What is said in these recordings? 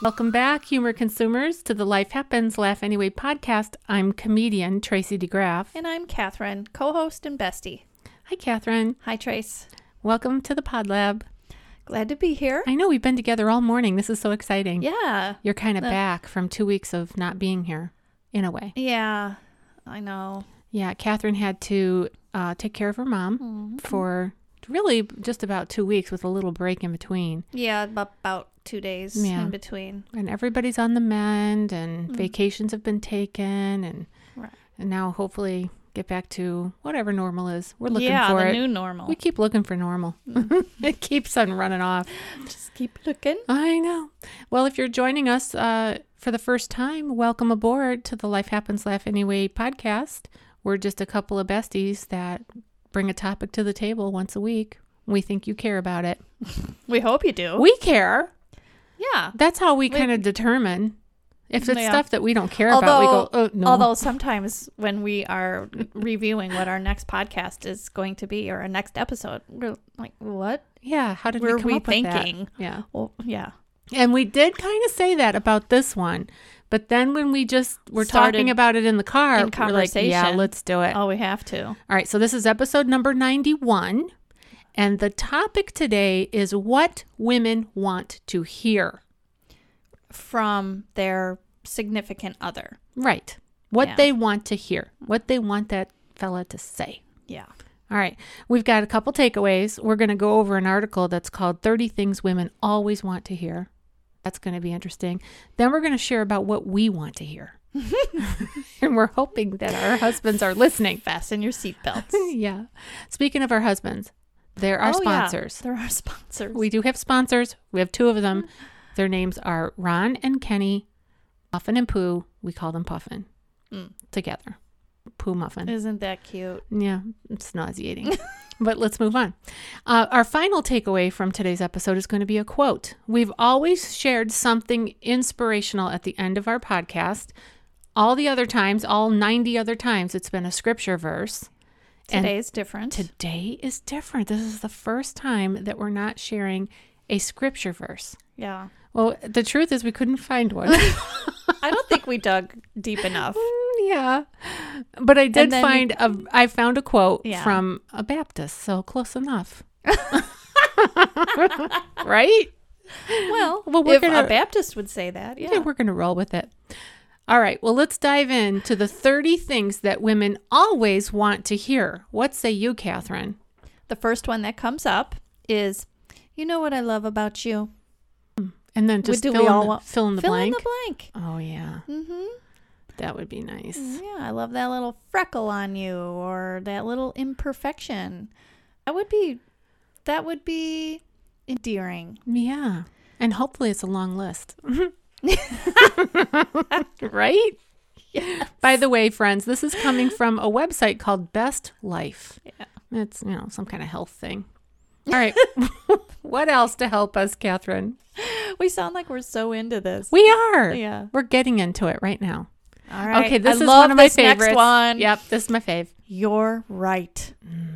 Welcome back, humor consumers, to the Life Happens Laugh Anyway podcast. I'm comedian Tracy DeGraff. And I'm Catherine, co host and bestie. Hi, Catherine. Hi, Trace. Welcome to the Pod Lab. Glad to be here. I know we've been together all morning. This is so exciting. Yeah. You're kind of Uh, back from two weeks of not being here, in a way. Yeah. I know. Yeah, Catherine had to uh, take care of her mom Mm-hmm. for really just about two weeks with a little break in between. Yeah, ab- about two days Yeah. in between. And everybody's on the mend, and vacations have been taken, and, Mm. Right. and now hopefully get back to whatever normal is. We're looking yeah, for the it. new normal. We keep looking for normal. it keeps on running off. just keep looking. I know. Well, if you're joining us uh, for the first time, welcome aboard to the Life Happens Laugh Anyway podcast. We're just a couple of besties that bring a topic to the table once a week. We think you care about it. We hope you do. We care. yeah. That's how we Oh. We- kind of determine if it's Yeah. stuff that we don't care about. We go, Although- oh no. Although sometimes when we are reviewing what our next podcast is going to be or our next episode, we're like, what yeah, how did we were come we up with that? thinking? Yeah. Well, yeah. And we did kind of say that about this one, but then when we just were Started talking about it in the car, in we're like, yeah, conversation. let's do it. Oh, we have to. All right, so this is episode number 91, and the topic today is what women want to hear. From their significant other. Right. What Yeah. they want to hear, what they want that fella to say. Yeah. All right, we've got a couple takeaways. We're going to go over an article that's called 30 Things Women Always Want to Hear. That's going to be interesting. Then we're going to share about what we want to hear. and we're hoping that our husbands are listening. Fasten your seatbelts. yeah. Speaking of our husbands, there are Oh, yeah. sponsors. There are sponsors. We do have sponsors. We have two of them. Mm. Their names are Ron and Kenny, Muffin and Pooh. We call them Puffin Mm. together. Pooh Muffin. Isn't that cute? Yeah, it's nauseating. but let's move on. Uh, our final takeaway from today's episode is going to be a quote. We've always shared something inspirational at the end of our podcast. All the other times, all 90 other times, it's been a scripture verse. And- Today's different. Today is different. This is the first time that we're not sharing a scripture verse. yeah. Well, the truth is, we couldn't find one. I don't think we dug deep enough. yeah, but I did And then- find a. I found a quote Yeah. from a Baptist, so close enough. right? Well, Well, we're if gonna- a Baptist would say that, yeah. Yeah, we're gonna roll with it. All right. Well, let's dive into the 30 things that women always want to hear. What say you, Catherine? the first one that comes up is, you know what I love about you? And then just do fill, we in all the, want- fill in the Fill blank. in the blank. oh yeah, Mm-hmm. that would be nice. Yeah, I love that little freckle on you or that little imperfection. That would be, that would be endearing. Yeah. And hopefully it's a long list. right? By the way, friends, this is coming from a website called Best Life. Yeah. It's, you know, some kind of health thing. All right. what else to help us, Catherine? We sound like we're so into this. We are. yeah. We're getting into it right now. All right. Okay, this I is love one of my this favorites. Next one. Yep, this is my fave. You're right. Mm.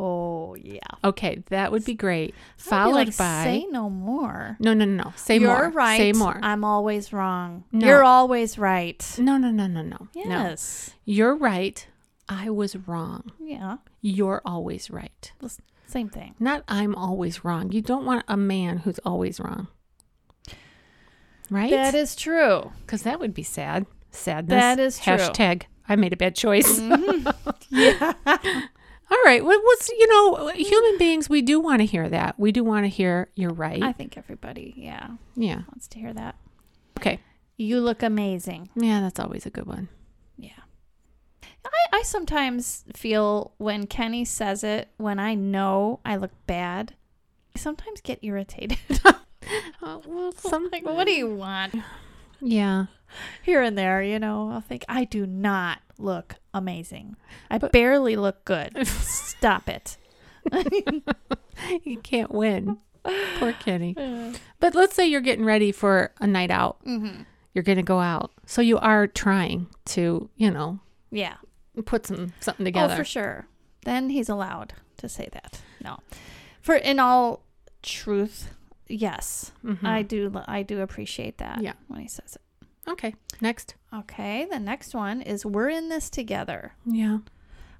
Oh yeah. Okay, that would be great. I'd be Followed like, by say no more. No, no, no, no. Say You're more. right. Say more. I'm always wrong. No. You're always right. no, no, no, no, no. No. Yes. You're right. I was wrong. Yeah. You're always right. Well, s- Same thing. Not I'm always wrong. You don't want a man who's always wrong. That Right? is true. Because that would be sad. Sadness. That is true. Mm-hmm. Hashtag I made a bad choice. Yeah. All right. Well, what's, you know, human beings, we do want to hear that. We do want to hear you're right. I think everybody, yeah, yeah. wants to hear that. Okay. You look amazing. Yeah, that's always a good one. Yeah. I, I sometimes feel when Kenny says it, when I know I look bad, I sometimes get irritated. Oh, well, Uh, like, what do you want? Yeah. here and there, you know, I'll think I do not look amazing. I But- barely look good. Stop it. You can't win. Poor Kenny. mm-hmm. But let's say you're getting ready for a night out. You're going to go out. So you are trying to, you know, Yeah. put some something together. Oh, for sure. Then he's allowed to say that. No. For in all truth, yes, Mhm. I do. lo- I do appreciate that. Yeah. when he says it. Okay. Next. Okay, the next one is we're in this together. Yeah.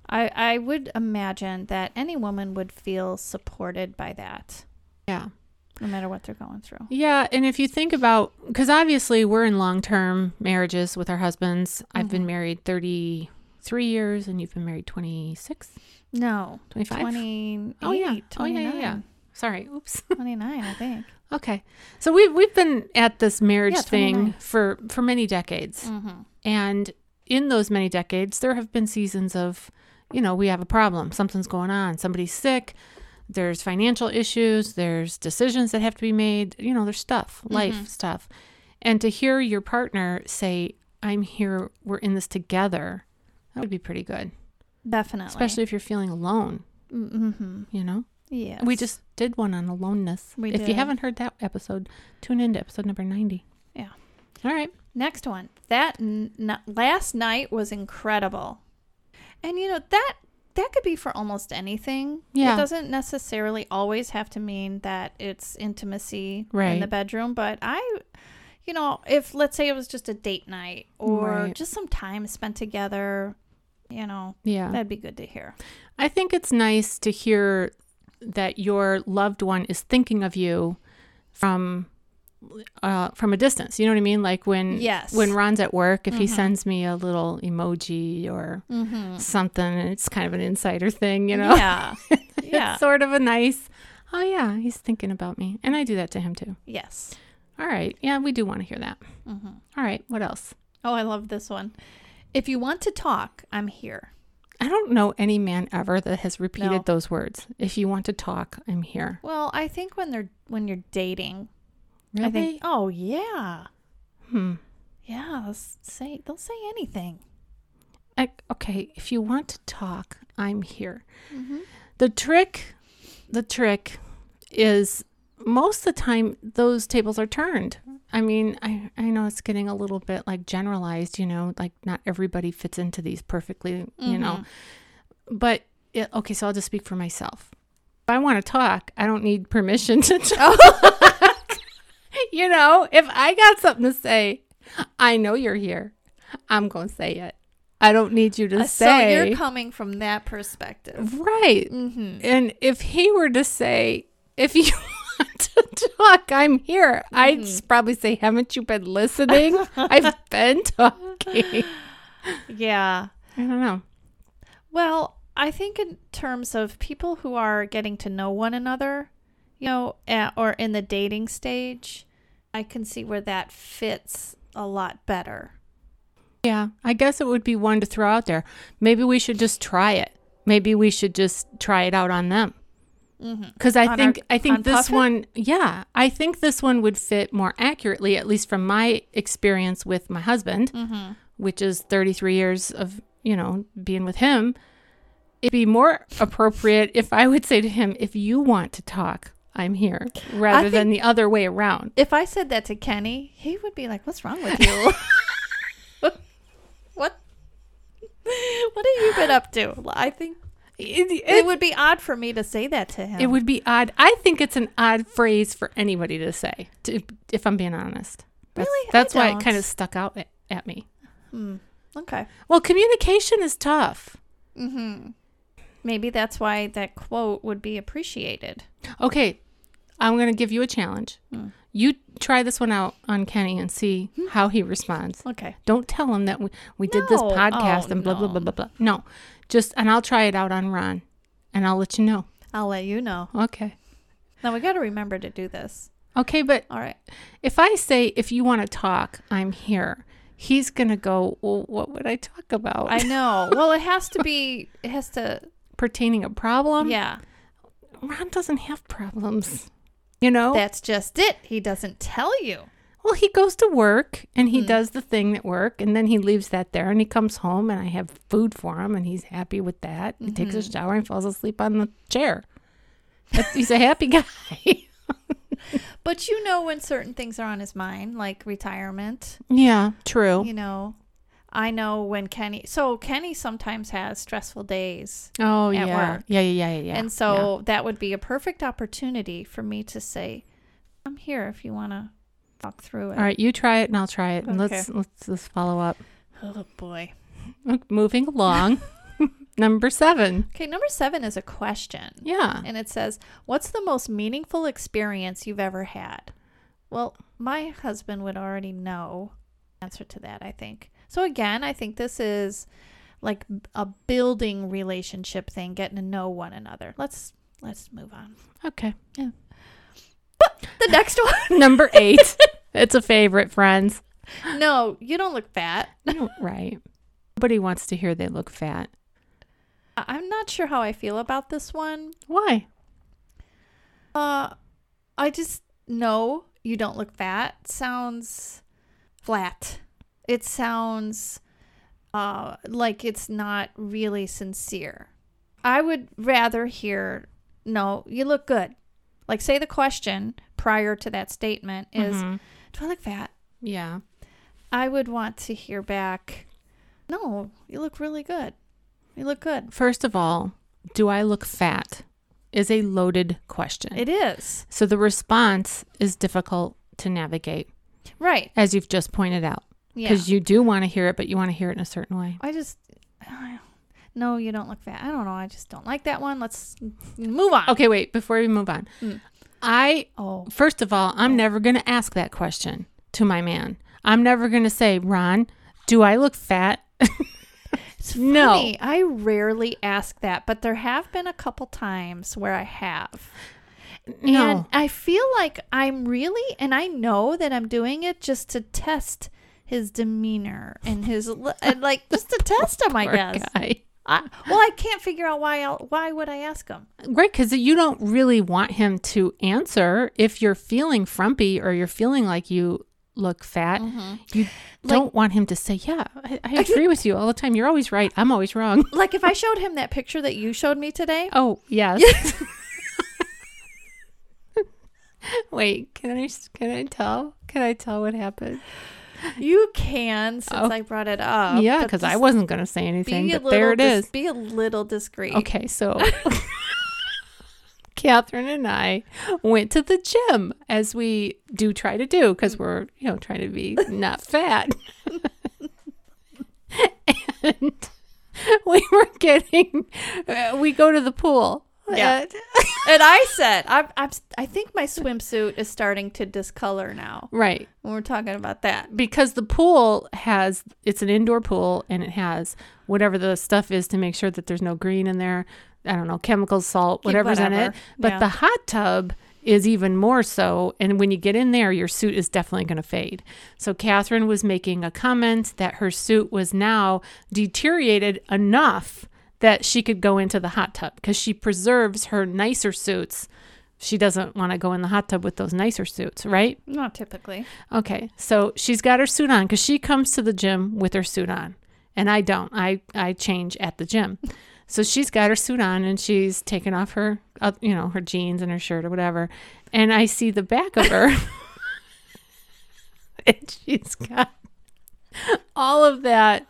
I I would imagine that any woman would feel supported by that, Yeah. no matter what they're going through. Yeah, and if you think about cuz obviously we're in long-term marriages with our husbands. I've been Mhm. married 33 years and you've been married 26, No, 25. 28, Oh, yeah. Oh, yeah, 29, yeah, yeah. Sorry. Oops. 29, I think. Okay. So we have we've been at this marriage Yeah, thing 29. for for many decades. Mm-hmm. And in those many decades, there have been seasons of, you know, we have a problem. Something's going on. Somebody's sick. There's financial issues. There's decisions that have to be made. You know, there's stuff, life Mhm. stuff. And to hear your partner say, I'm here, we're in this together, that would be pretty good, Definitely. especially if you're feeling alone, Mm-hmm. you know? Yeah. We just did one on aloneness. We if you did. haven't heard that episode, tune in to episode number 90. Yeah. All right. Next one. That n- n- last night was incredible. And you know that that could be for almost anything. Yeah. It doesn't necessarily always have to mean that it's intimacy in the Right. bedroom, but I you know, if let's say it was just a date night or Right. just some time spent together, you know, Yeah. that'd be good to hear. I think it's nice to hear that your loved one is thinking of you from uh, from a distance. You know what I mean? Like when Yes. when Ron's at work, if he Mhm. sends me a little emoji or Mhm. something, and it's kind of an insider thing, you know. Yeah. yeah. it's sort of a nice. Oh yeah, he's thinking about me, and I do that to him too. yes. All right, yeah, we do want to hear that. Mhm. All right, what else? Oh, I love this one. If you want to talk, I'm here. I don't know any man ever that has repeated No. those words. If you want to talk, I'm here. Well, I think when they're when you're dating, Really? I think, oh yeah, hmm. yeah. they'll s- say they'll say anything. I, okay, if you want to talk, I'm here. The trick, the trick is most of the time those tables are turned. I mean, I, I know it's getting a little bit like generalized, you know, like not everybody fits into these perfectly, Mm-hmm. you know. But it, okay, so I'll just speak for myself. If I want to talk, I don't need permission to talk. Oh. you know, if I got something to say, I know you're here. I'm going to say it. I don't need you to Uh, say. So you're coming from that perspective. Right. Mm-hmm. And if he were to say, if you want to talk, I'm here, I'd s- probably say, haven't you been listening? I've been talking. Yeah. I don't know. Well, I think in terms of people who are getting to know one another, you know, uh, or in the dating stage, I can see where that fits a lot better. Yeah, I guess it would be one to throw out there. Maybe we should just try it. Maybe we should just try it out on them. Mm-hmm. Because I On think our- I think on this Puffin? one, yeah, I think this one would fit more accurately, at least from my experience with my husband, Mm-hmm. which is 33 years of you know being with him. It'd be more appropriate if I would say to him, "If you want to talk, I'm here," rather than the other way around. If I said that to Kenny, he would be like, "What's wrong with you? what? What have you been up to?" I think It, it, it- would be odd for me to say that to him. it would be odd. I think it's an odd phrase for anybody to say, to, if I'm being honest. That's, Really? I That's why it don't. kind of stuck out at, at me. Hmm. Okay. Well, communication is tough. Mm-hmm. Maybe that's why that quote would be appreciated. Okay, I'm going to give you a challenge. Hmm. You try this one out on Kenny and see how he responds. Okay. Don't tell him that we, we did this No. podcast Oh, and blah, blah, no. blah, blah, blah. No, just, and I'll try it out on Ron and I'll let you know. I'll let you know. Okay. Now we got to remember to do this. Okay, but All right. if I say, if you want to talk, I'm here, he's going to go, well, what would I talk about? I know. Well, it has to be. It has to. pertaining a problem. Yeah. Ron doesn't have problems. You know? That's just it. He doesn't tell you. well, he goes to work and he Mhm. does the thing at work and then he leaves that there and he comes home and I have food for him and he's happy with that. He takes Mm-hmm. a shower and falls asleep on the chair. That's, he's a happy guy. But you know when certain things are on his mind, like retirement. yeah, true. You know, I know when Kenny. So Kenny sometimes has stressful days, oh, at yeah. work. yeah. Yeah, yeah, yeah, yeah. and so that would be a perfect opportunity for me to say, I'm here if you want to talk through it. All right, you try it and I'll try it, and Okay. let's let's just follow up. Oh boy. Moving along, number seven. Okay, number seven is a question. Yeah. And it says, What's the most meaningful experience you've ever had? Well, my husband would already know the answer to that, I think. So again, I think this is like a building relationship thing, getting to know one another. Let's let's move on. Okay. The next one. Number eight. it's a favorite, friends. No, you don't look fat. You know, right. Nobody wants to hear they look fat. I- I'm not sure how I feel about this one. Why? Uh I just no, you don't look fat. Sounds flat. It sounds uh like it's not really sincere. I would rather hear no, you look good. Like say the question prior to that statement is Mhm. do I look fat? yeah. I would want to hear back no, you look really good. You look good. First of all, do I look fat? Is a loaded question. It is. so the response is difficult to navigate, Right. as you've just pointed out, Yeah. because you do want to hear it, but you want to hear it in a certain way. I just uh, no, you don't look fat. I don't know. I just don't like that one. Let's move on. Okay, wait. Before we move on, Mm. I Oh, First of all, I'm never going to ask that question to my man. I'm never going to say, Ron, do I look fat? it's No. funny. I rarely ask that, but there have been a couple times where I have. And No. I feel like I'm really, and I know that I'm doing it just to test his demeanor and his, li- and like, just to test him, I Poor guess. guy. I, well, I can't figure out why, I'll, why would I ask him? Right. Because you don't really want him to answer if you're feeling frumpy or you're feeling like you look fat. Mm-hmm. You don't want him to say, yeah, I, I agree with you all the time. You're always right. I'm always wrong. Like, if I showed him that picture that you showed me today, Oh, yes. Wait, can I can I tell? Can I tell what happened? You can since Oh. I brought it up. yeah, but because I just wasn't going to say anything, be a but little there it is. dis- Be a little discreet. Okay, so Catherine and I went to the gym as we do try to do Mm. because we're, you know, trying to be not fat. and we were getting, uh, we go to the pool. Uh, Yeah. And- And I said, I'm, I'm, I think my swimsuit is starting to discolor now right. when we're talking about that. Because the pool has, it's an indoor pool and it has whatever the stuff is to make sure that there's no green in there. I don't know, chemicals, salt, whatever's in it. whatever. But Yeah. the hot tub is even more so. And when you get in there, your suit is definitely going to fade. So Catherine was making a comment that her suit was now deteriorated enough that she could go into the hot tub because she preserves her nicer suits. She doesn't want to go in the hot tub with those nicer suits, right? Not typically. Okay, so she's got her suit on because she comes to the gym with her suit on, and I don't. I I change at the gym, so she's got her suit on and she's taken off her, uh, you know, her jeans and her shirt or whatever, and I see the back of her, and she's got all of that.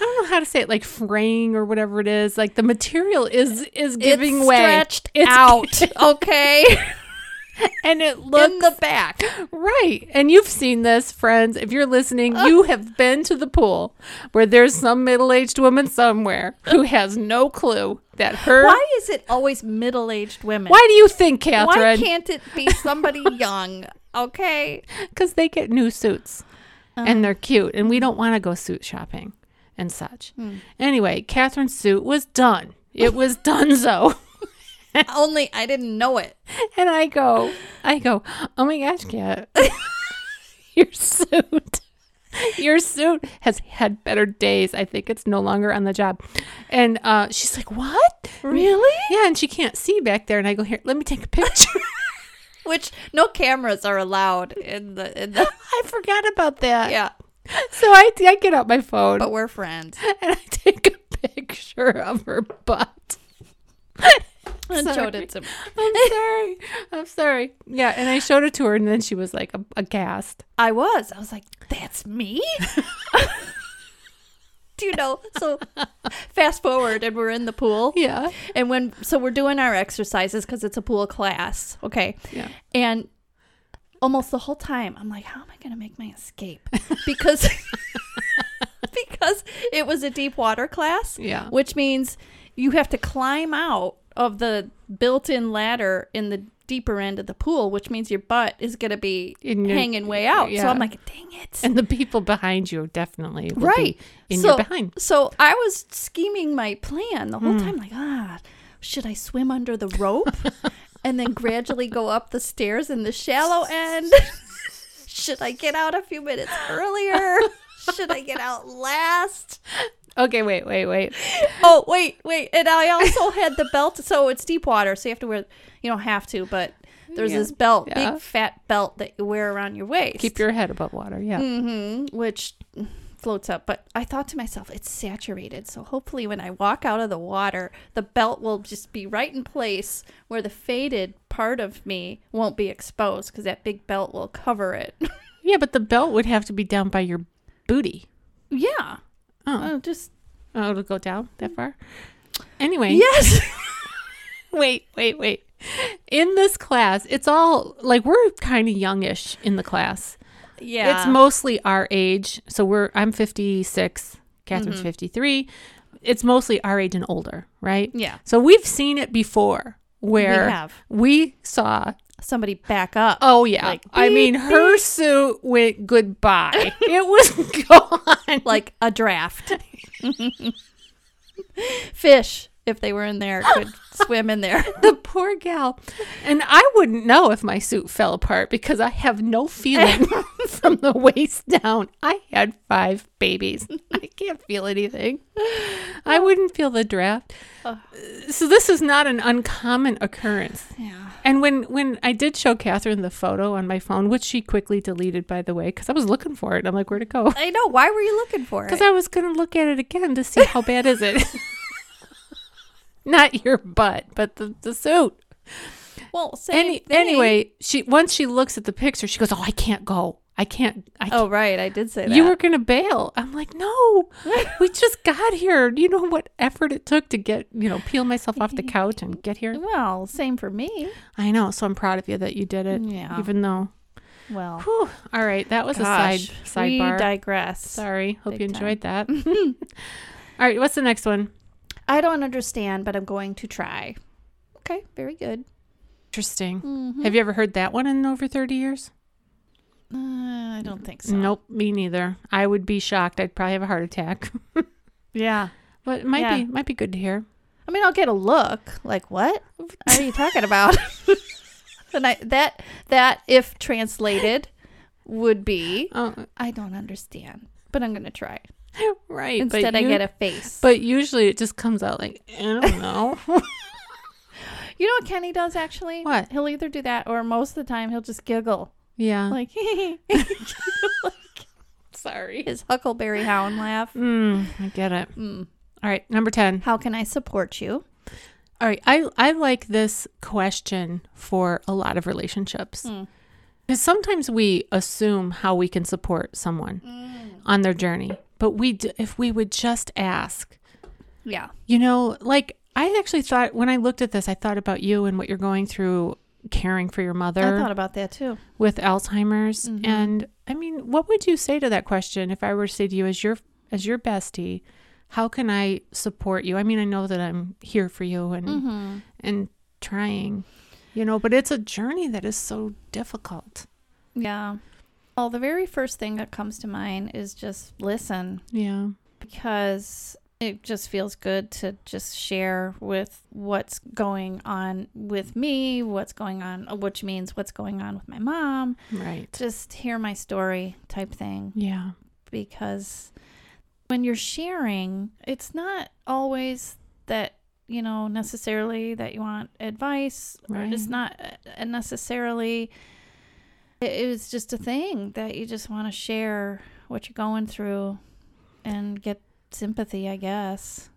I don't know how to say it, like fraying or whatever it is. Like the material is is giving it's way, stretched It's- out, okay? and it looks in the back. Right. And you've seen this, friends. If you're listening, you have been to the pool where there's some middle aged woman somewhere who has no clue that her. Why is it always middle aged women? Why do you think, Why Catherine? can't it be somebody young, okay? Because they get new suits and Uh-huh. they're cute, and we don't want to go suit shopping and such. Hmm. Anyway, Catherine's suit was done. It was done so. Only I didn't know it. And I go, I go, oh my gosh, Kat, your suit, your suit has had better days. I think it's no longer on the job. And uh, she's like, what? Really? Yeah, and she can't see back there. And I go, here, let me take a picture. Which no cameras are allowed in the in the I forgot about that. Oh. yeah. So I, I get out my phone But we're friends. and I take a picture of her butt. and Sorry. showed it to me. I'm sorry. I'm sorry. Yeah, and I showed it to her, and then she was like a- aghast. I was. I was like, that's me? Do you know? So fast forward and we're in the pool. Yeah. And when, so we're doing our exercises because it's a pool class. Okay. Yeah. And almost the whole time i'm like how am i going to make my escape because because it was a deep water class Yeah. which means you have to climb out of the built-in ladder in the deeper end of the pool which means your butt is going to be In your- hanging way out so yeah. i'm like dang it And the people behind you definitely will Right. be in So- your behind. so i was scheming my plan the whole Hmm. time like ah should i swim under the rope and then gradually go up the stairs in the shallow end should i get out a few minutes earlier should i get out last Okay, wait, wait, wait. oh wait wait and i also had the belt so it's deep water so you have to wear you don't have to but there's Yeah. this belt Yeah. big fat belt that you wear around your waist Keep your head above water. Yeah. mm-hmm, which floats up. But I thought to myself, it's saturated. So hopefully, when I walk out of the water, the belt will just be right in place where the faded part of me won't be exposed because that big belt will cover it. Yeah, but the belt would have to be down by your booty. yeah. Oh, Oh, just oh it'll go down that far. Anyway. yes. Wait, wait, wait. In this class, it's all like we're kind of youngish in the class. yeah. It's mostly our age. So we're I'm 56, Catherine's Mm-hmm. 53. It's mostly our age and older, right? yeah. So we've seen it before where Mm. We have. we saw Somebody back up. Oh yeah. Like, I mean her suit went goodbye. it was gone. like a draft. Fish, if they were in there, could swim in there. the poor gal. And I wouldn't know if my suit fell apart because I have no feeling from the waist down. I had five babies. I can't feel anything. I wouldn't feel the draft. So this is not an uncommon occurrence. Yeah. And when when I did show Catherine the photo on my phone, which she quickly deleted by the way, because I was looking for it. I'm like, where'd it go? I know. Why were you looking for it? Because I was gonna look at it again to see how bad is it. Not your butt, but the, the suit. well, same Any, thing. anyway, she once she looks at the picture, she goes, "Oh, I can't go. I can't. I Oh, right. I did say can't. that. you were gonna bail." I'm like, "No, we just got here. Do you know what effort it took to get you know peel myself off the couch and get here? Well, same for me. I know. So I'm proud of you that you did it. Yeah. Even though, Well, whew, all right, that was gosh, a side we sidebar. digress. Sorry. Hope Big you enjoyed that. all right. What's the next one? I don't understand, but I'm going to try. Okay, very good. Mm-hmm. Interesting. Have you ever heard that one in over 30 years? Uh, I don't think so. Nope, me neither. I would be shocked. I'd probably have a heart attack. Yeah. but it might Yeah. be might be good to hear. I mean, I'll get a look. Like, what are you talking about? and I, that that if translated would be Oh, I don't understand, but I'm going to try. right. but Instead, I you- get a face. But usually it just comes out like I don't know. you know what Kenny does actually? What? He'll either do that or most of the time he'll just giggle. yeah. Like, sorry. his Huckleberry Hound laugh. Mm, I get it. Mm. All right, number 10. How can I support you? All right, I I like this question for a lot of relationships. Mm. Cuz sometimes we assume how we can support someone on their journey. But we d- if we would just ask, Yeah. You know, like I actually thought when I looked at this, I thought about you and what you're going through caring for your I mother thought Mm-hmm. about that too. with Alzheimer's. And I mean, what would you say to that question if I were to say to you as your as your bestie, how can I support you? I mean, I know that I'm here for you and Mm-hmm. and trying, you know, but it's a journey that is so difficult. Yeah. Well, the very first thing that comes to mind is just listen Yeah. because it just feels good to just share with what's going on with me, what's going on, which means what's going on with my mom, Right. just hear my story type thing. Yeah. because when you're sharing, it's not always that you know necessarily that you want advice, or it's Right. not uh, necessarily. It, it was just a thing that you just want to share what you're going through, and get sympathy. I guess.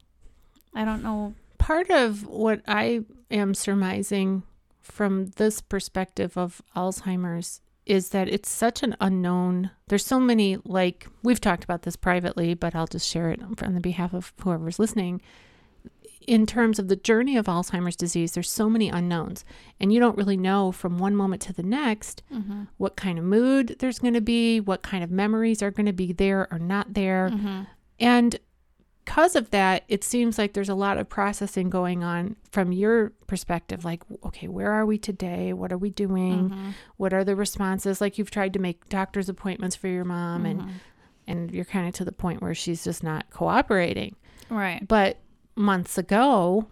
I don't know. part of what I am surmising from this perspective of Alzheimer's is that it's such an unknown. There's so many, like, we've talked about this privately, but I'll just share it on the behalf of whoever's listening. in terms of the journey of Alzheimer's disease, there's so many unknowns, and you don't really know from one moment to the next Mm-hmm. what kind of mood there's going to be, what kind of memories are going to be there or not there. Mm-hmm. And because of that, it seems like there's a lot of processing going on from your perspective. Like, okay, where are we today? What are we doing? Mm-hmm. What are the responses? Like, you've tried to make doctor's appointments for your mom, um, and Mm-hmm. and you're kind of to the point where she's just not cooperating. Right. But months ago,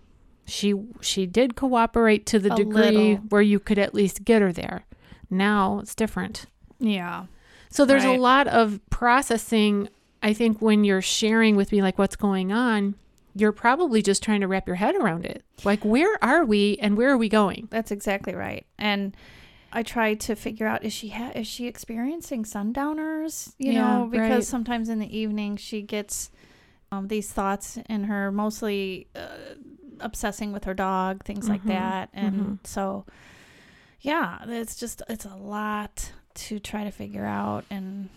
she she did cooperate to the A degree little. where you could at least get her there. Now it's different. Yeah. So there's Right. a lot of processing. I think when you're sharing with me, like what's going on, you're probably just trying to wrap your head around it. Like, where are we and where are we going? That's exactly right. And I try to figure out is she ha- is she experiencing sundowners? You Yeah, know, because right. sometimes in the evening she gets um, these thoughts in her, mostly uh, obsessing with her dog, things like Mhm, that. And mhm. so, yeah, it's just it's a lot to try to figure out and.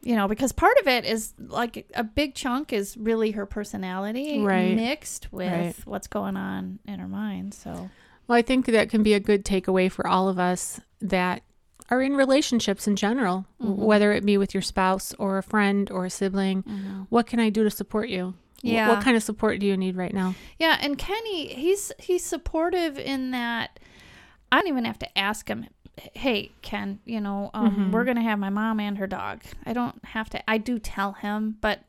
You know, because part of it is like a big chunk is really her personality Right. mixed with Right. what's going on in her mind. So, Well, I think that can be a good takeaway for all of us that are in relationships in general, w- Mhm. whether it be with your spouse or a friend or a sibling. What can I do to support you? Wh- yeah. What kind of support do you need right now? Yeah, and Kenny, he's he's supportive in that I don't even have to ask him. Hey, Ken, you know, um, Mhm. we're gonna have my mom and her dog. I don't have to. I do tell him, but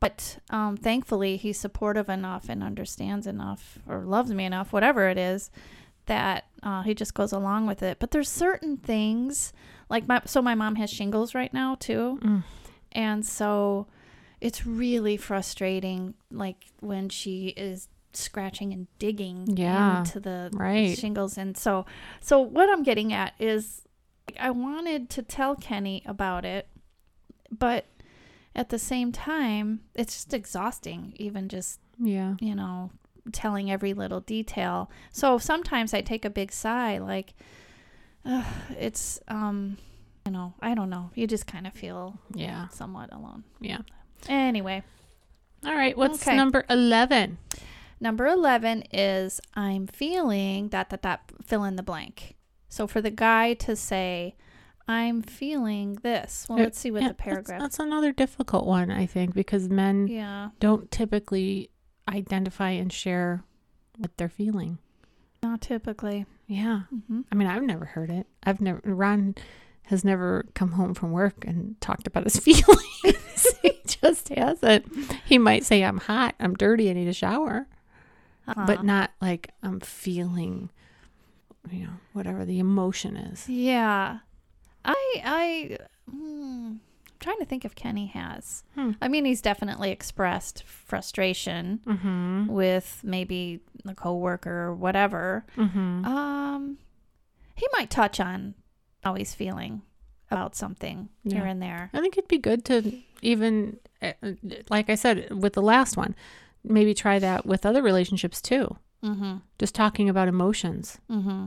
but um, thankfully he's supportive enough and understands enough or loves me enough, whatever it is, that uh, he just goes along with it. But there's certain things like my so my mom has shingles right now too, Mm. and so it's really frustrating like when she is scratching and digging Yeah, into the Right. shingles and so so what i'm getting at is like, i wanted to tell kenny about it but at the same time it's just exhausting even just Yeah. you know telling every little detail so sometimes i take a big sigh like ugh, it's um you know i don't know you just kind of feel Yeah. somewhat alone Yeah. anyway All right. What's Okay. number 11? Number 11 is I'm feeling dot dot dot fill in the blank. So for the guy to say, I'm feeling this. Well, Uh, let's see what Yeah, the that's- paragraph. That's, another difficult one, I think, because men yeah, don't typically identify and share what they're feeling. not typically. Yeah. hmm I mean, I've never heard it. I've never, Ron has never come home from work and talked about his feelings. he just hasn't. He might say, I'm hot, I'm dirty, I need a shower, Uh-huh. but not like I'm feeling, you know, whatever the emotion is. Yeah. I I hmm, I'm trying to think if Kenny has. Hmm. I mean, he's definitely expressed frustration Mm-hmm. with maybe the coworker or whatever. Mm-hmm. Um, he might touch on how he's feeling about something here Yeah. and there. I think it'd be good to even, uh, uh, like I said with the last one, maybe try that with other relationships too. Mm-hmm. Just talking about emotions. Mm-hmm.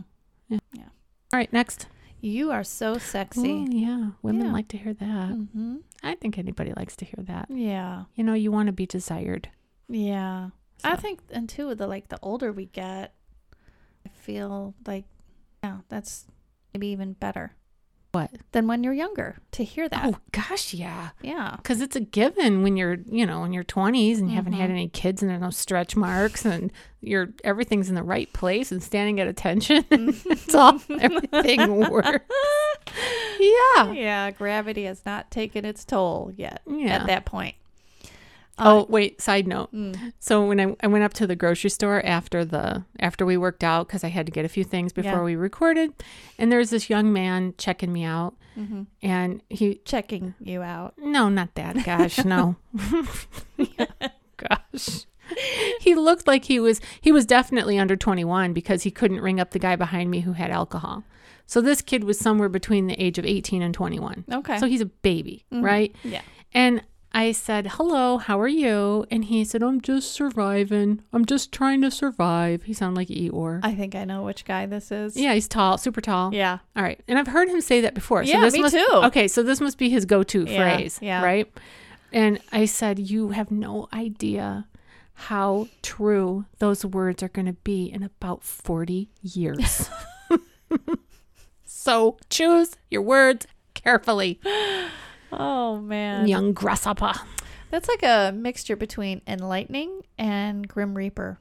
All right, next. You are so Ooh, sexy. yeah, Mm. women Yeah. like to hear that. Mm-hmm. I think anybody likes to hear that. Yeah. You know, you want to be desired. Yeah. I So- think, and too, the like the older we get, I feel like, yeah, that's maybe even better What? than when you're younger to hear that. Oh gosh, yeah. Yeah. Because it's a given when you're, you know, in your twenties and you haven't had Mhm. any kids and there's no stretch marks and your everything's in the right place and standing at attention. it's all everything works. Yeah. Yeah. Gravity has not taken its toll yet Yeah. at that point. oh wait, side note. Mm. So when I, I went up to the grocery store after the after we worked out because I had to get a few things before Yeah. we recorded, and there's this young man checking me out, Mhm. and he Checking you out. No, not that. Gosh, no. Gosh. He looked like he was he was definitely under 21 because he couldn't ring up the guy behind me who had alcohol. So this kid was somewhere between the age of 18 and 21. Okay. So he's a baby, Mhm. right? yeah. And I said, "Hello, how are you?" And he said, "I'm just surviving. I'm just trying to survive." He sounded like Eeyore. I think I know which guy this is. yeah, he's tall, super tall. Yeah. All right. And I've heard him say that before. Yeah, this me must, too. Okay, so this must be his go to Oh. Yeah, phrase. yeah. Right. And I said, You have no idea how true those words are going to be in about 40 years. so choose your words carefully, Oh man. young grasshopper. That's like a mixture between enlightening and grim reaper.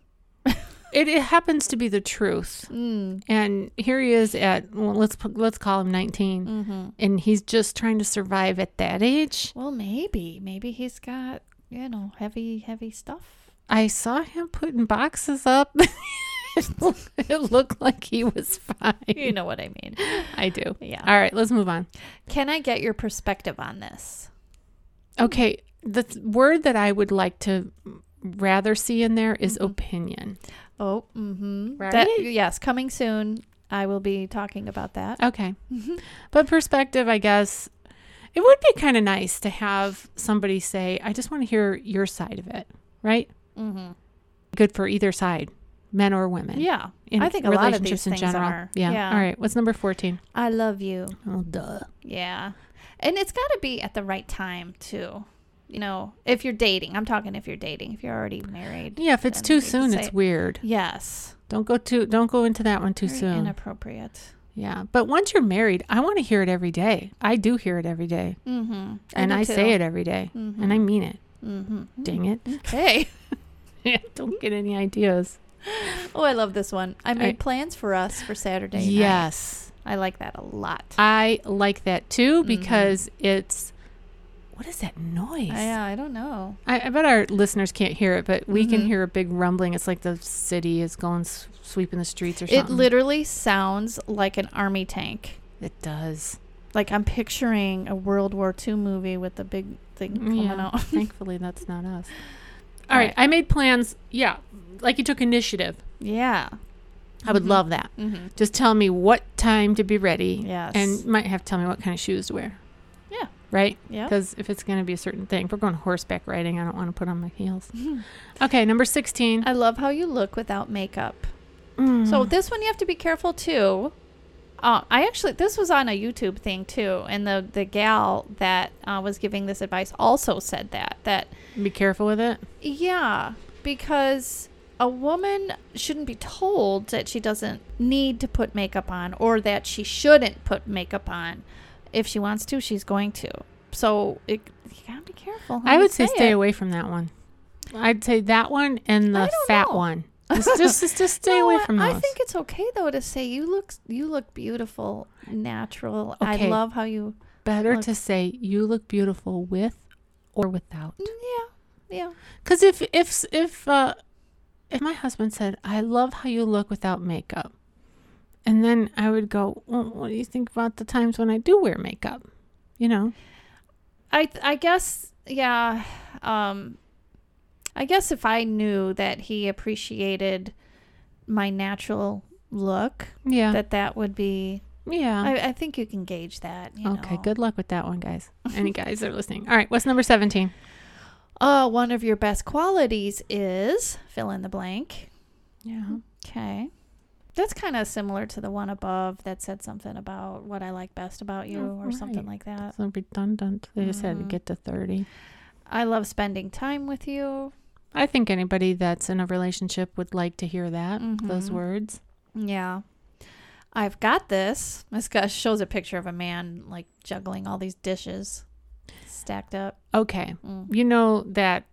It, it happens to be the truth. Mm. And here he is at well, let's pu- let's call him 19 Mhm. and he's just trying to survive at that age. Well, maybe, maybe he's got you know heavy, heavy stuff. I saw him putting boxes up. it loo- it looked like he was fine. You know what I mean? I do. Yeah. All right, let's move on. Can I get your perspective on this? Okay, the th- word that I would like to rather see in there is Mm-hmm. opinion. Oh, mm-hmm. Right? yes, coming soon. I will be talking about that. Okay. Mm-hmm. But perspective, I guess, it would be kind of nice to have somebody say, I just want to hear your side of it, right? Mm-hmm. Good for either side, men or women. Yeah, In I think a lot of relationships these in things general. are. Yeah. Yeah. All right. What's number 14? I love you. Oh, duh. Yeah, and it's got to be at the right time too. You know, if you're dating, I'm talking if you're dating, if you're already married. Yeah, if it's then too you can soon, say it's it. weird. Yes. Don't go too don't go into that one too Very soon. Inappropriate. yeah. But once you're married, I want to hear it every day. I do hear it every day. Mm-hmm. and I say it every day, and I mean it. Mm-hmm. Dang it. Okay. Don't get any ideas. Oh, I love this one. I made Alright. plans for us for Saturday. night. Yes. I like that a lot. I like that too because it's what is that noise? Yeah, I uh, don't know. I, I bet our listeners can't hear it, but we can Mhm. hear a big rumbling. It's like the city is going s- sweeping the streets or It something. literally sounds like an army tank. it does. Like I'm picturing a World War II movie with the big thing coming Yeah. out. Thankfully, that's not us. All All right. right. I made plans. Yeah. Like you took initiative. yeah. I would Mhm. love that. Mm-hmm. Just tell me what time to be ready. Yes. And you might have to tell me what kind of shoes to wear. Yeah. Right? yeah. Because if it's going to be a certain thing, if we're going horseback riding, I don't want to put on my heels. Mm-hmm. Okay, number 16. I love how you look without makeup. Uh, Mm. So this one you have to be careful too. Uh, I actually this was on a YouTube thing too, and the the gal that uh, was giving this advice also said that that be careful with it. yeah because a woman shouldn't be told that she doesn't need to put makeup on or that she shouldn't put makeup on. If she wants to, she's going to. So it, you gotta be careful. how I you would say stay it. away from that one. I'd say that one and I the don't fat know. one. Just, just, just, just stay You know away what? from those. I think it's okay though to say you look you look beautiful, natural. I Okay. love how you Better look- to say you look beautiful with or without. Mm, Yeah, yeah. Because if, if, if, uh, if my husband said, I love how you look without makeup, and then I would go, well, what do you think about the times when I do wear makeup? You know? I th- I guess yeah. Um, I guess if I knew that he appreciated my natural look, Yeah. that that would be. yeah. I, I think you can gauge that. you Uh. Okay, know. good luck with that one, guys. Any guys that are listening. All right, what's number 17? Uh, one of your best qualities is fill in the blank. Yeah. Okay. That's kind of similar to the one above that said something about what I like best about you or something Alright. like that. So redundant. They just had to Mhm. get to 30. I love spending time with you. I think anybody that's in a relationship would like to hear that, those Mhm. words. Yeah. I've got this. This guy shows a picture of a man like juggling all these dishes stacked up. Okay. Mm. You know that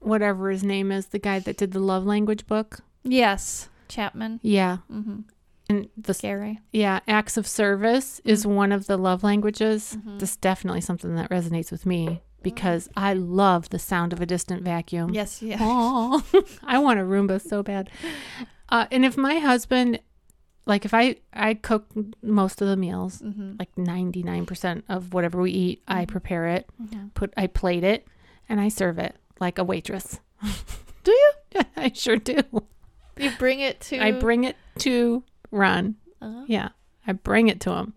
whatever his name is, the guy that did the love language book? Yes. Chapman. Yeah. Mm-hmm. And the Gary. yeah, acts of service is Mm-hmm. one of the love languages. Mhm. That's definitely something that resonates with me because I love the sound of a distant vacuum. Mm-hmm. Yes. Yeah. Oh, I want a Roomba so bad. Uh, and if my husband, like if I I cook most of the meals, Mm-hmm. like ninety nine percent of whatever we eat, I Mhm. prepare it, hmm put I plate it, and I serve it like a waitress. Do you? I sure do. You bring it to. I bring it to Ron. Uh, Yeah, I bring it to him,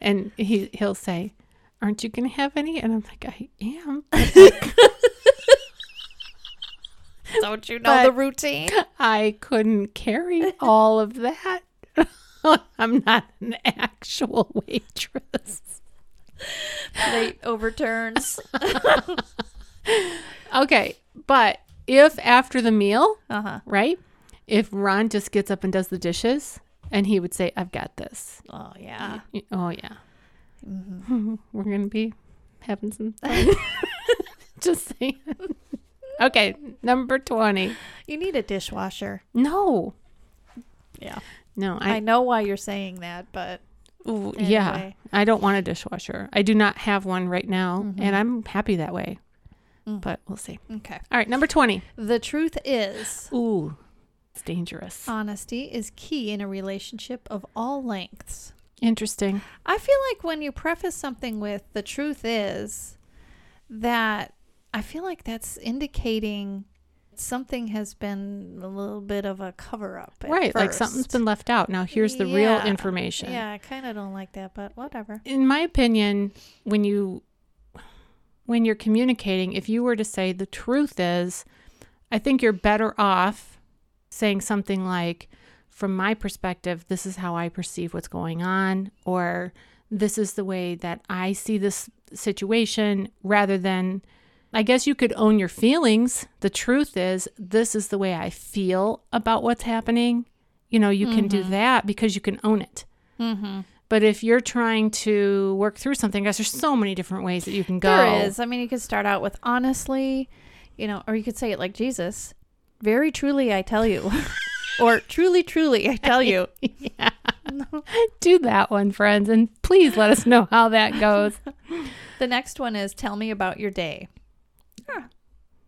and he he'll say, "Aren't you gonna have any?" And I'm like, "I am." don't you know But- the routine? I couldn't carry all of that. I'm not an actual waitress. Plate overturns. Okay, but if after the meal, Uh huh. right? If Ron just gets up and does the dishes and he would say, I've got this. Oh yeah. Y- Oh, yeah. Mm-hmm. Mhm. We're going to be having some fun. just saying. okay. Number 20. You need a dishwasher. No. Yeah. No. I, I, know why you're saying that, but Ooh, Yeah, Anyway. I don't want a dishwasher. I do not have one right now, and I'm happy that way. Mm-hmm. Mm. But we'll see. okay. All right, number 20. The truth is, Ooh, it's dangerous. honesty is key in a relationship of all lengths. Interesting. I feel like when you preface something with the truth is that I feel like that's indicating something has been a little bit of a cover up. right, like something's been left out. Now, here's the real Yeah, information. Yeah, I kind of don't like that, but whatever. In my opinion, when you when you're communicating, if you were to say the truth is, I think you're better off saying something like from my perspective, this is how I perceive what's going on or this is the way that I see this situation rather than I guess you could own your feelings. The truth is, this is the way I feel about what's happening. You know, you can do that because you can own it. Mm-hmm. But if you're trying to work through something, guys, there's so many different ways that you can go. There is. I mean, you could start out with honestly, you know, or you could say it like Jesus. Very truly, I tell you, or truly, truly, I tell you. Yeah. Do that one, friends, and please let us know how that goes. The next one is tell me about your day. Yeah,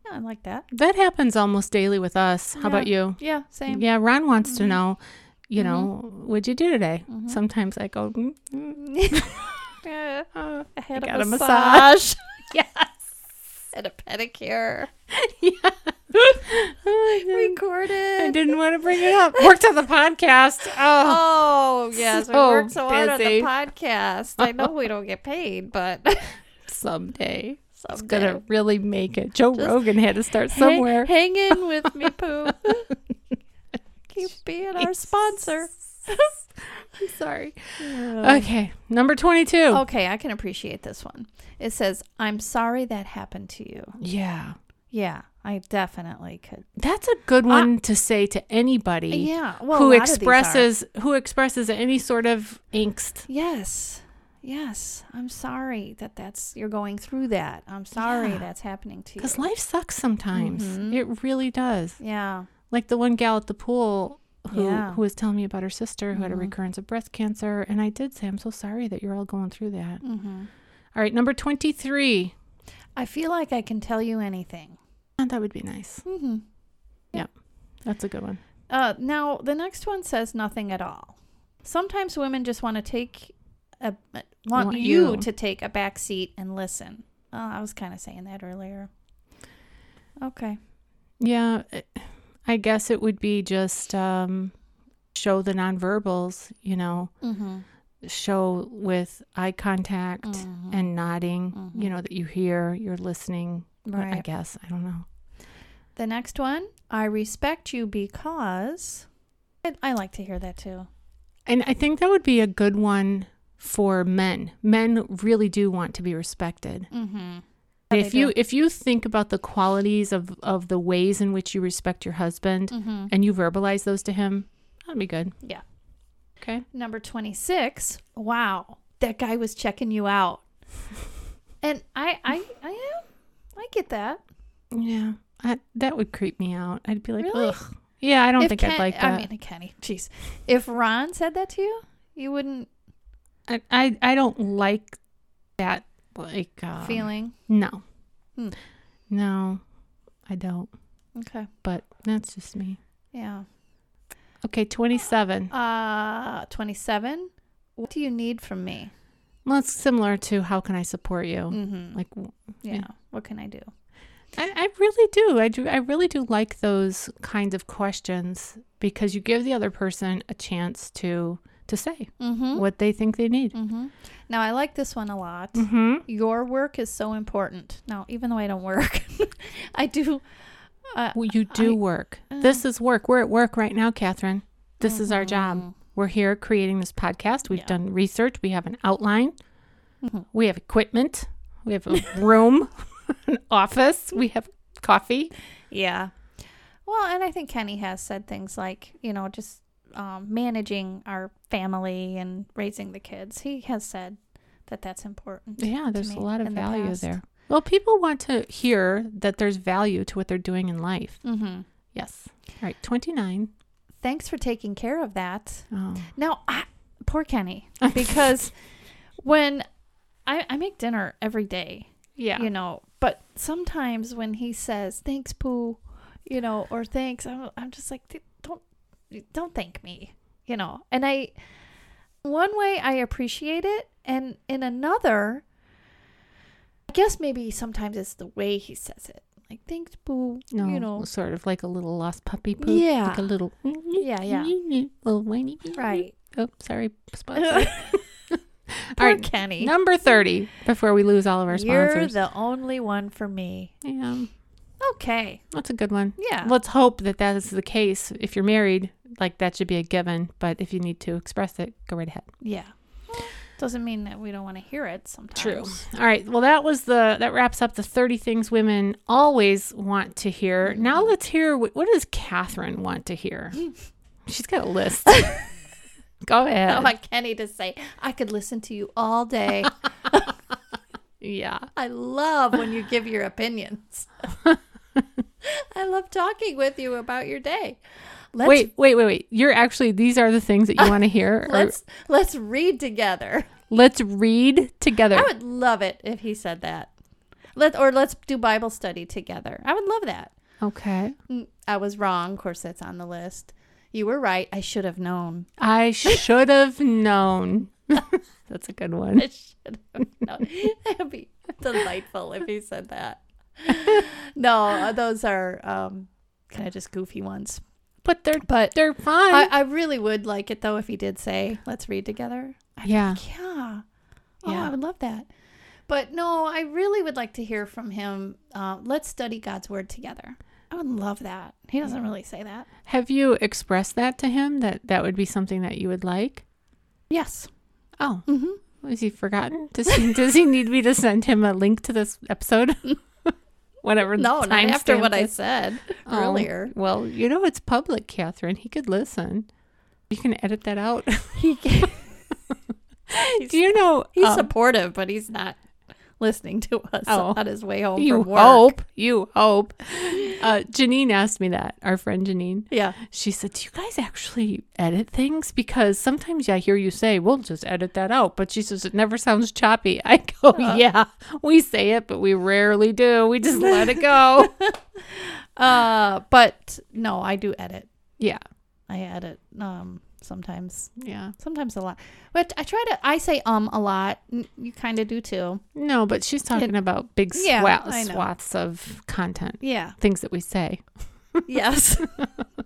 yeah I like that. that happens almost daily with us. How about you? Yeah, same. Yeah, Ron wants to know, you know, what'd you do today? Sometimes I go, mm, mm, Yeah. uh, I had got a a massage. massage. and a pedicure. I Recorded. didn't want to bring it up. Worked on the podcast. Oh, Oh yes, we So worked so hard on the busy. podcast. I know we don't get paid, but someday. It's someday. going to really make it. Joe Rogan had to start somewhere. Hang, hang in with me, Pooh. Keep being our sponsor. I'm sorry. Okay, number 22. Okay, I can appreciate this one. It says, I'm sorry that happened to you. Yeah. Yeah, I definitely could. That's a good one to say to anybody Yeah. Well, who a lot of these are. expresses who expresses any sort of angst. Yes. Yes. I'm sorry that that's, you're going through that. I'm sorry Yeah. that's happening to you. Because life sucks sometimes. Mhm. It really does. Yeah. Like the one gal at the pool who Yeah. who was telling me about her sister who had a Mhm. recurrence of breast cancer, and I did say, I'm so sorry that you're all going through that. Mm-hmm. All right, number twenty three. I feel like I can tell you anything. Ah, that would be nice. Mm-hmm. That's a good one. Uh, now, the next one says nothing at all. Sometimes women just want to take a want, Want you, you. to take a back seat and listen. Uh, I was kind of saying that earlier. Okay. Yeah, it- I guess it would be just um, show the nonverbals, you know, Mm-hmm. show with eye contact Mhm. and nodding, you Mhm. know, that you hear, you're listening. Right. I guess. I don't know. The next one, I respect you because. I, I like to hear that too. And I think that would be a good one for men. Men really do want to be respected. Mm-hmm. if you if you think about the qualities of of the ways in which you respect your husband Mm-hmm. and you verbalize those to him, that'd be good. Yeah. Okay. Number 26. Wow. That guy was checking you out. and I, I, I am. I get that. Yeah. I, that would creep me out. I'd be like, Really? ugh. Yeah, I don't If think I'd Ken- like that. I mean, Kenny, jeez. If Ron said that to you, you wouldn't I, I I don't like that like um, feeling. No, Hmm. no, I don't. Okay. But that's just me. Yeah. Okay, twenty-seven. Uh, 27. What do you need from me? Well, it's similar to how can I support you? Mm-hmm. Like w- yeah. yeah. What can I do? I, I really do. I do. I really do like those kinds of questions because you give the other person a chance to to say Mm-hmm. what they think they need. Mm-hmm. Now, I like this one a lot. hmm Your work is so important. Now, even though I don't work, I do. Uh, Well, you do I- work. uh. this is work. We're at work right now, Catherine. This is our job. We're here creating this podcast. We've Mm-hmm. Yeah. done research. We have an outline. Mhm. We have equipment. We have a room, an office. We have coffee. Yeah. Well, and I think Kenny has said things like, you know, just um, managing our family and raising the kids. He has said that that's important. Yeah, there's a me lot of in the value past. there. Well, people want to hear that there's value to what they're doing in life. Mm-hmm. Yes. All right, 29. Thanks for taking care of that. Oh. Now, I, poor Kenny, because when I, I make dinner every day, Yeah. you know, but sometimes when he says thanks, Pooh, you know, or thanks, I'm, I'm just like, "D- don't, don't thank me, you know. And I, one way I appreciate it, and in another, I guess maybe sometimes it's the way he says it, like thanks, Pooh, no, you know, sort of like a little lost puppy poop. yeah, Like a little. Yeah, yeah. Little whiny. right. Oh, sorry. Sponsor. Poor All right. Kenny. Number 30 before we lose all of our You're sponsors. the only one for me. yeah. Okay. That's a good one. Yeah. Let's hope that that is the case. If you're married, like that should be a given. But if you need to express it, go right ahead. yeah. Doesn't mean that we don't want to hear it sometimes. All right. Um, Well, that was the that wraps up the 30 things women always want to hear. Now Mm-hmm. let's hear what, what does Catherine want to hear? She's got a list. Go ahead. I want Kenny to say, I could listen to you all day. yeah. I love when you give your opinions. I love talking with you about your day. Let's wait, wait, wait, wait. You're actually these are the things that you want to hear. or- let's let's read together. let's read together. I would love it if he said that. Let or let's do Bible study together. I would love that. okay. Mm, I was wrong. Of course, that's on the list. You were right. I should have known. I should have known. That's a good one. I should have known. That'd be delightful if he said that. No, uh, those are um, kind of just goofy ones. But they're But they're fun. I, I really would like it though if he did say, "Let's read together." yeah. Yeah. Oh, Yeah. I would love that. But no, I really would like to hear from him. Uh, let's study God's word together. I would love that. He doesn't really say that. Have you expressed that to him that that would be something that you would like? Yes. Oh, Mm-hmm. Is he forgotten? Does he, does he need me to send him a link to this episode? Whatever. the No, not time after stamp what I is. said Oh, earlier. well, you know it's public, Catherine. He could listen. You can edit that out. He Do you know? He's um, supportive, but he's not listening to us Oh. on his way home you from work. hope. You hope. Uh, Janine asked me that. Our friend Janine. Yeah. She said, "Do you guys actually edit things? Because sometimes I hear you say we'll just edit that out, but she says it never sounds choppy." I go, Uh. "Yeah, we say it, but we rarely do. We just let it go." Uh, but no, I do edit. yeah, I edit um sometimes, yeah. sometimes a lot. But I try to. I say um a lot. N- You kind of do too. No, but she's talking about big Yeah, swa- I know. swaths of content, Yeah. things that we say. yes. All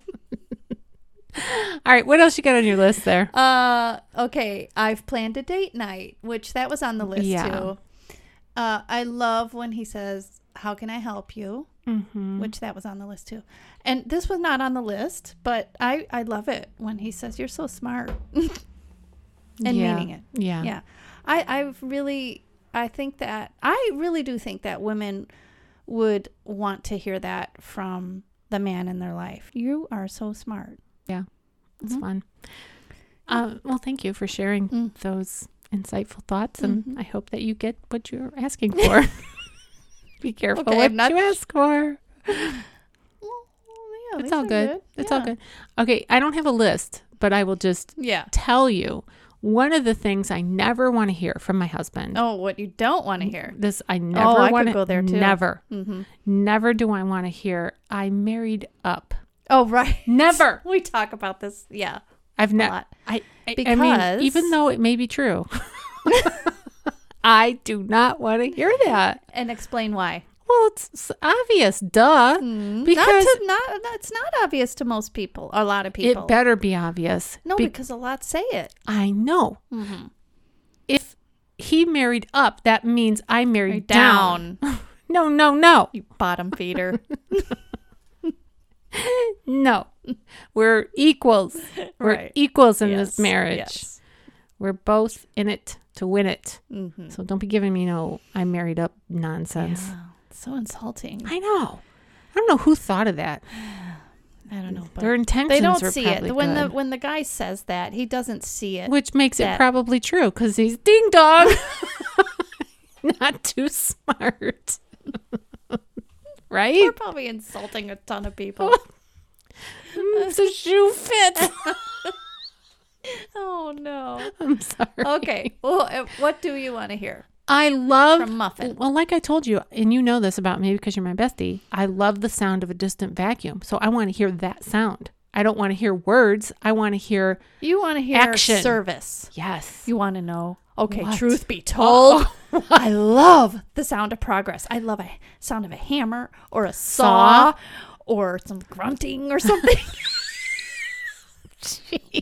right, what else you got on your list there? Uh, okay. I've planned a date night, which that was on the list Yeah. too. Uh, I love when he says, "How can I help you?" Mm-hmm. which that was on the list too. And this was not on the list, but I I love it when he says you're so smart and yeah. meaning it. Yeah. Yeah. I I really I think that I really do think that women would want to hear that from the man in their life. You are so smart. it's Mhm. fun. Uh, well, thank you for sharing Mm. those insightful thouts, and Mhm. I hope that you get what you're asking for. Be careful Okay, what I'm not- you ask for. Well, yeah, It's these all are good. It's all Yeah. good. Okay, I don't have a list, but I will just Yeah. tell you one of the things I never want to hear from my husband. Oh, what you don't want to hear. Oh, This I never I could want to go there, too. Never, Mhm. never do I want to hear. I married up. Oh, right. Never. We talk about this. Yeah. I've A never. lot. I, I, I mean, Because- even though it may be true, I do not want to hear that. And explain why. Well, it's, it's obvious, duh. Mm, Because Mm-hmm. not Because to, not that's not obvious to most people. A lot of people. it better be obvious. no, Be- because a lot say it. I know. Mm-hmm. If he married up, that means I married down. Down, No, no, no, you bottom feeder. no. We're equals. We're Right. equals in Yes, this marriage. yes. We're both in it to win it. Mm-hmm. So don't be giving me no I married up nonsense. so insulting. I know. I don't know who thought of that. I don't know. But Their intentions they don't are see probably it. When good. the when the guy says that, he doesn't see it. Which makes it that- probably true because he's ding dong. Not too smart. right? We're probably insulting a ton of people. Mm, the shoe fits. oh no. I'm sorry. Okay. Well, uh, what do you want to hear Oh, I love. from Muffin? well, like I told you, and you know this about me because you're my bestie, I love the sound of a distant vacuum. So I want to hear that sound. I don't want to hear words. I want to hear, You want to hear Action. service. yes. You want to know. Okay, What? truth be told, I love the sound of progress. I love a sound of a hammer or a saw, Saw? or some grunting or something.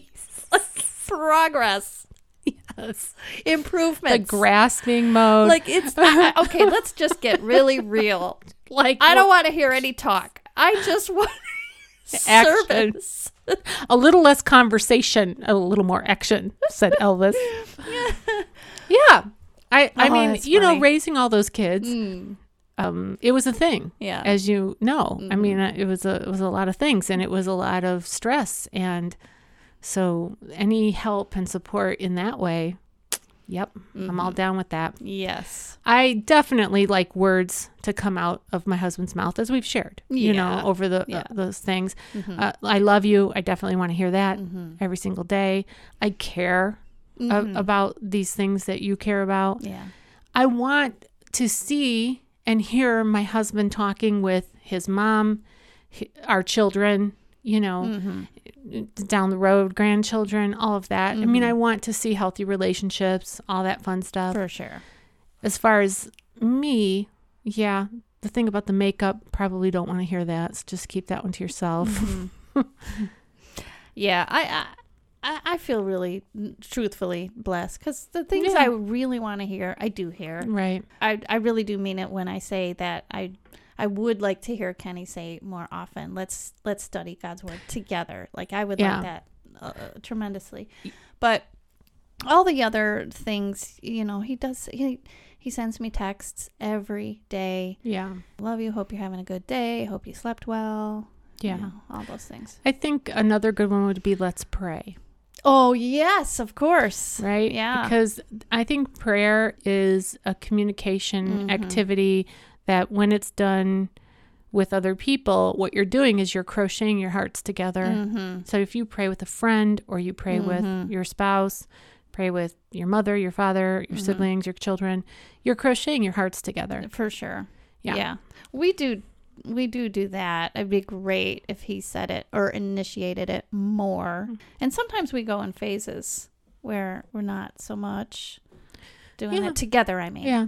progress, Yes. improvement. The grasping mode. like it's I- I- okay. Let's just get really real. like I don't want to hear any talk. I just want Action. service. a little less conversation, a little more action, said Elvis. yeah. I, I Oh, mean, that's you know, funny. Mm. raising all those kids, um, it was a thing. Yeah. Mm. As you know, I mean, uh, it was a it was a lot of things, and it was a lot of stress, and so any help and support in that way, yep, I'm Mm-hmm. all down with that. Yes. I definitely like words to come out of my husband's mouth, as we've shared, you know, Yeah. over the Yeah. Mm-hmm. uh, those things. Uh, I love you. I definitely want to hear that every single day. I care a- about these things that you care about. Mm-hmm. Yeah. I want to see and hear my husband talking with his mom, hi- our children, you Oh. know, Mm-hmm. Mm. down the road, grandchildren, all of that. I Mm-hmm. mean, I want to see healthy relationships, all that fun stuff For sure. as far as me, yeah, the thing about the makeup, probably don't want to hear that. So just keep that one to yourself. Yeah, I I, I feel really mm, truthfully blessed because the things Yeah. Mm. I really want to hear, I do hear. right. I I really do mean it when I say that I I would like to hear Kenny say more often. Let's let's study God's word together. Like I would Yeah. like that uh, tremendously, but all the other things, you know, he does. He he sends me texts every day. Yeah. Love you. Hope you're having a good day. Hope you slept well. Yeah. You know, all those things. I think another good one would be let's pray, Oh yes, of course. right? Yeah. Because I think prayer is a communication Mhm. activity that when it's done with other people, what you're doing is you're crocheting your hearts together. Mm-hmm. So if you pray with a friend or you pray with Mhm. your spouse, pray with your mother, your father, your Mhm. siblings, your children, you're crocheting your hearts together. For sure. Yeah. Yeah. We do we do do that. It'd be great if he said it or initiated it more. Mm. And sometimes we go in phases where we're not so much doing Yeah. it together, I mean. Yeah.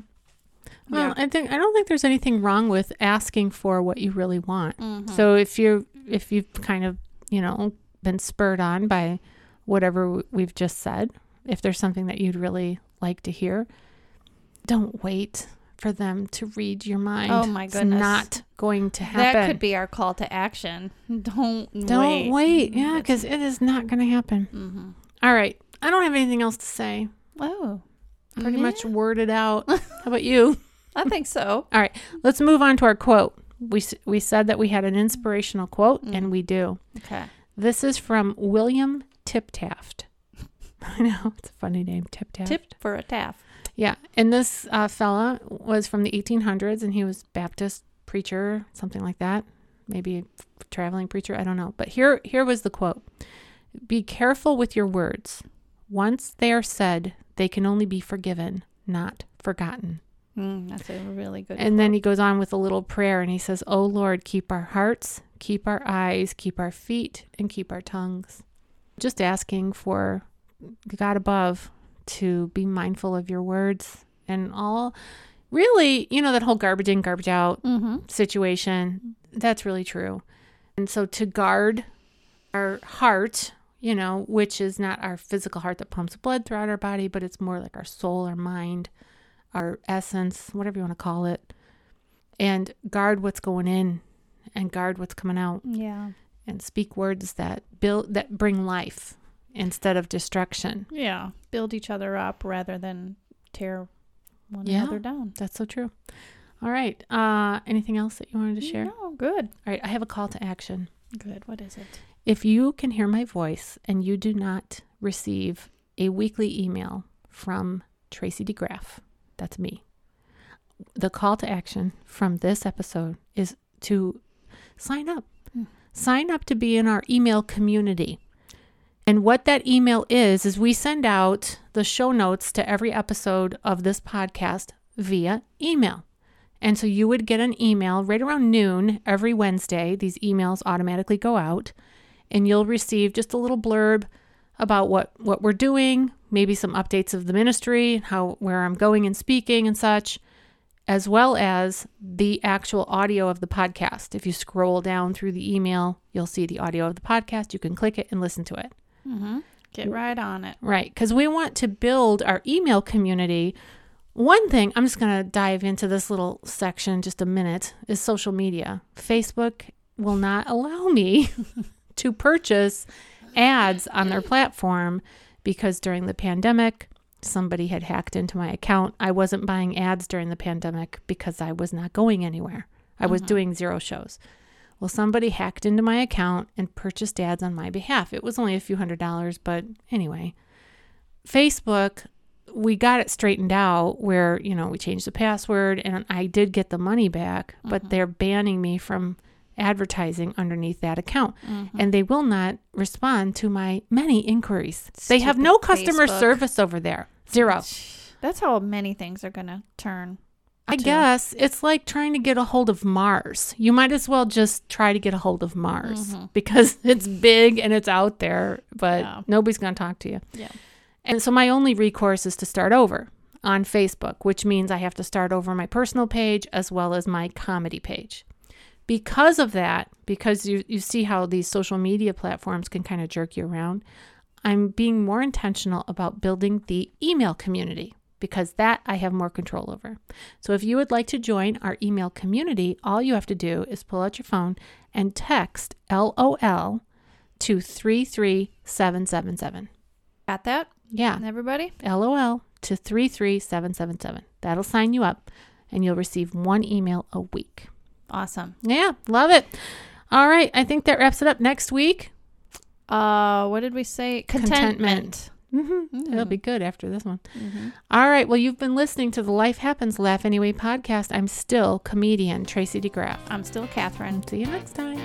Well, I think I don't think there's anything wrong with asking for what you really want. Mhm. So if you're if you've kind of, you know, been spurred on by whatever w- we've just said, if there's something that you'd really like to hear, don't wait for them to read your mind. Oh, my It's goodness. not going to happen. that could be our call to action. Don't Mm-hmm. Don't wait. Yeah, Mm, That's- because it is not going to happen. Mhm. All right. I don't have anything else to say. Oh, Pretty Yeah. much worded out. How about you? I think so. All right. Let's move on to our quote. We, s- we said that we had an inspirational quote, Mm. and we do. Okay. This is from William Tiptaft. I know. It's a funny name, Tiptaft. Tip for a taff. Yeah. And this uh, fella was from the 1800s and he was Baptist preacher, something like that. Maybe a traveling preacher. I don't know. But here, here was the quote Be careful with your words. Once they are said, they can only be forgiven, not forgotten. Mm, that's a really good. And then he goes on with a little prayer and he says, Oh Lord, keep our hearts, keep our eyes, keep our feet, and keep our tongues. Just asking for God above to be mindful of your words and all. Really, you know, that whole garbage in, garbage out mm-hmm. situation. That's really true. And so to guard our heart, you know, which is not our physical heart that pumps blood throughout our body, but it's more like our soul, our mind, our essence, whatever you want to call it. And guard what's going in and guard what's coming out Yeah. and speak words that build that bring life instead of destruction. Yeah. Build each other up rather than tear one Yeah. another down. That's so true. All right. Uh anything else that you wanted to share? No, good. All right, I have a call to action. Good. What is it? If you can hear my voice and you do not receive a weekly email from Tracy DeGraff, that's me. The call to action from this episode is to sign up. Hmm. Sign up to be in our email community. And what that email is, is we send out the show notes to every episode of this podcast via email. And so you would get an email right around noon every Wednesday. These emails automatically go out, and you'll receive just a little blurb about what what we're doing, maybe some updates of the ministry, how where I'm going and speaking and such, as well as the actual audio of the podcast. If you scroll down through the email, you'll see the audio of the podcast. You can click it and listen to it. Mm-hmm. Get right on it. Right. Because we want to build our email community. One thing, I'm just going to dive into this little section just a minute, is social media. Facebook will not allow me to purchase ads on their platform because during the pandemic, somebody had hacked into my account. I wasn't buying ads during the pandemic because I was not going anywhere, I was doing zero shows. Well, somebody hacked into my account and purchased ads on my behalf. It was only a few hundred dollars, but anyway. Facebook, we got it straightened out where, you know, we changed the password and I did get the money back, Mm-hmm. but they're banning me from advertising underneath that account. Mm. And they will not respond to my many inquiries. they have Stupid no customer Facebook. service over there. Zero. That's how many things are going to turn. I too. guess it's like trying to get a hold of Mars. You might as well just try to get a hold of Mars because it's big and it's out there, but Mm-hmm. Yeah. nobody's going to talk to you. Yeah. And so my only recourse is to start over on Facebook, which means I have to start over my personal page as well as my comedy page. Because of that, because you, you see how these social media platforms can kind of jerk you around, I'm being more intentional about building the email community because that I have more control over. So if you would like to join our email community, all you have to do is pull out your phone and text LOL to 33777. Got that? Yeah. Everybody? LOL to 33777. That'll sign you up and you'll receive one email a week. Awesome. Yeah, love it. All right, I think that wraps it up next week. Uh, what did we say? Contentment. hmm It'll Mm. be good after this one. Mhm. All right, well, you've been listening to the Life Happens Laugh Anyway podcast. I'm still comedian Tracy DeGraff. I'm still Catherine. See you next time.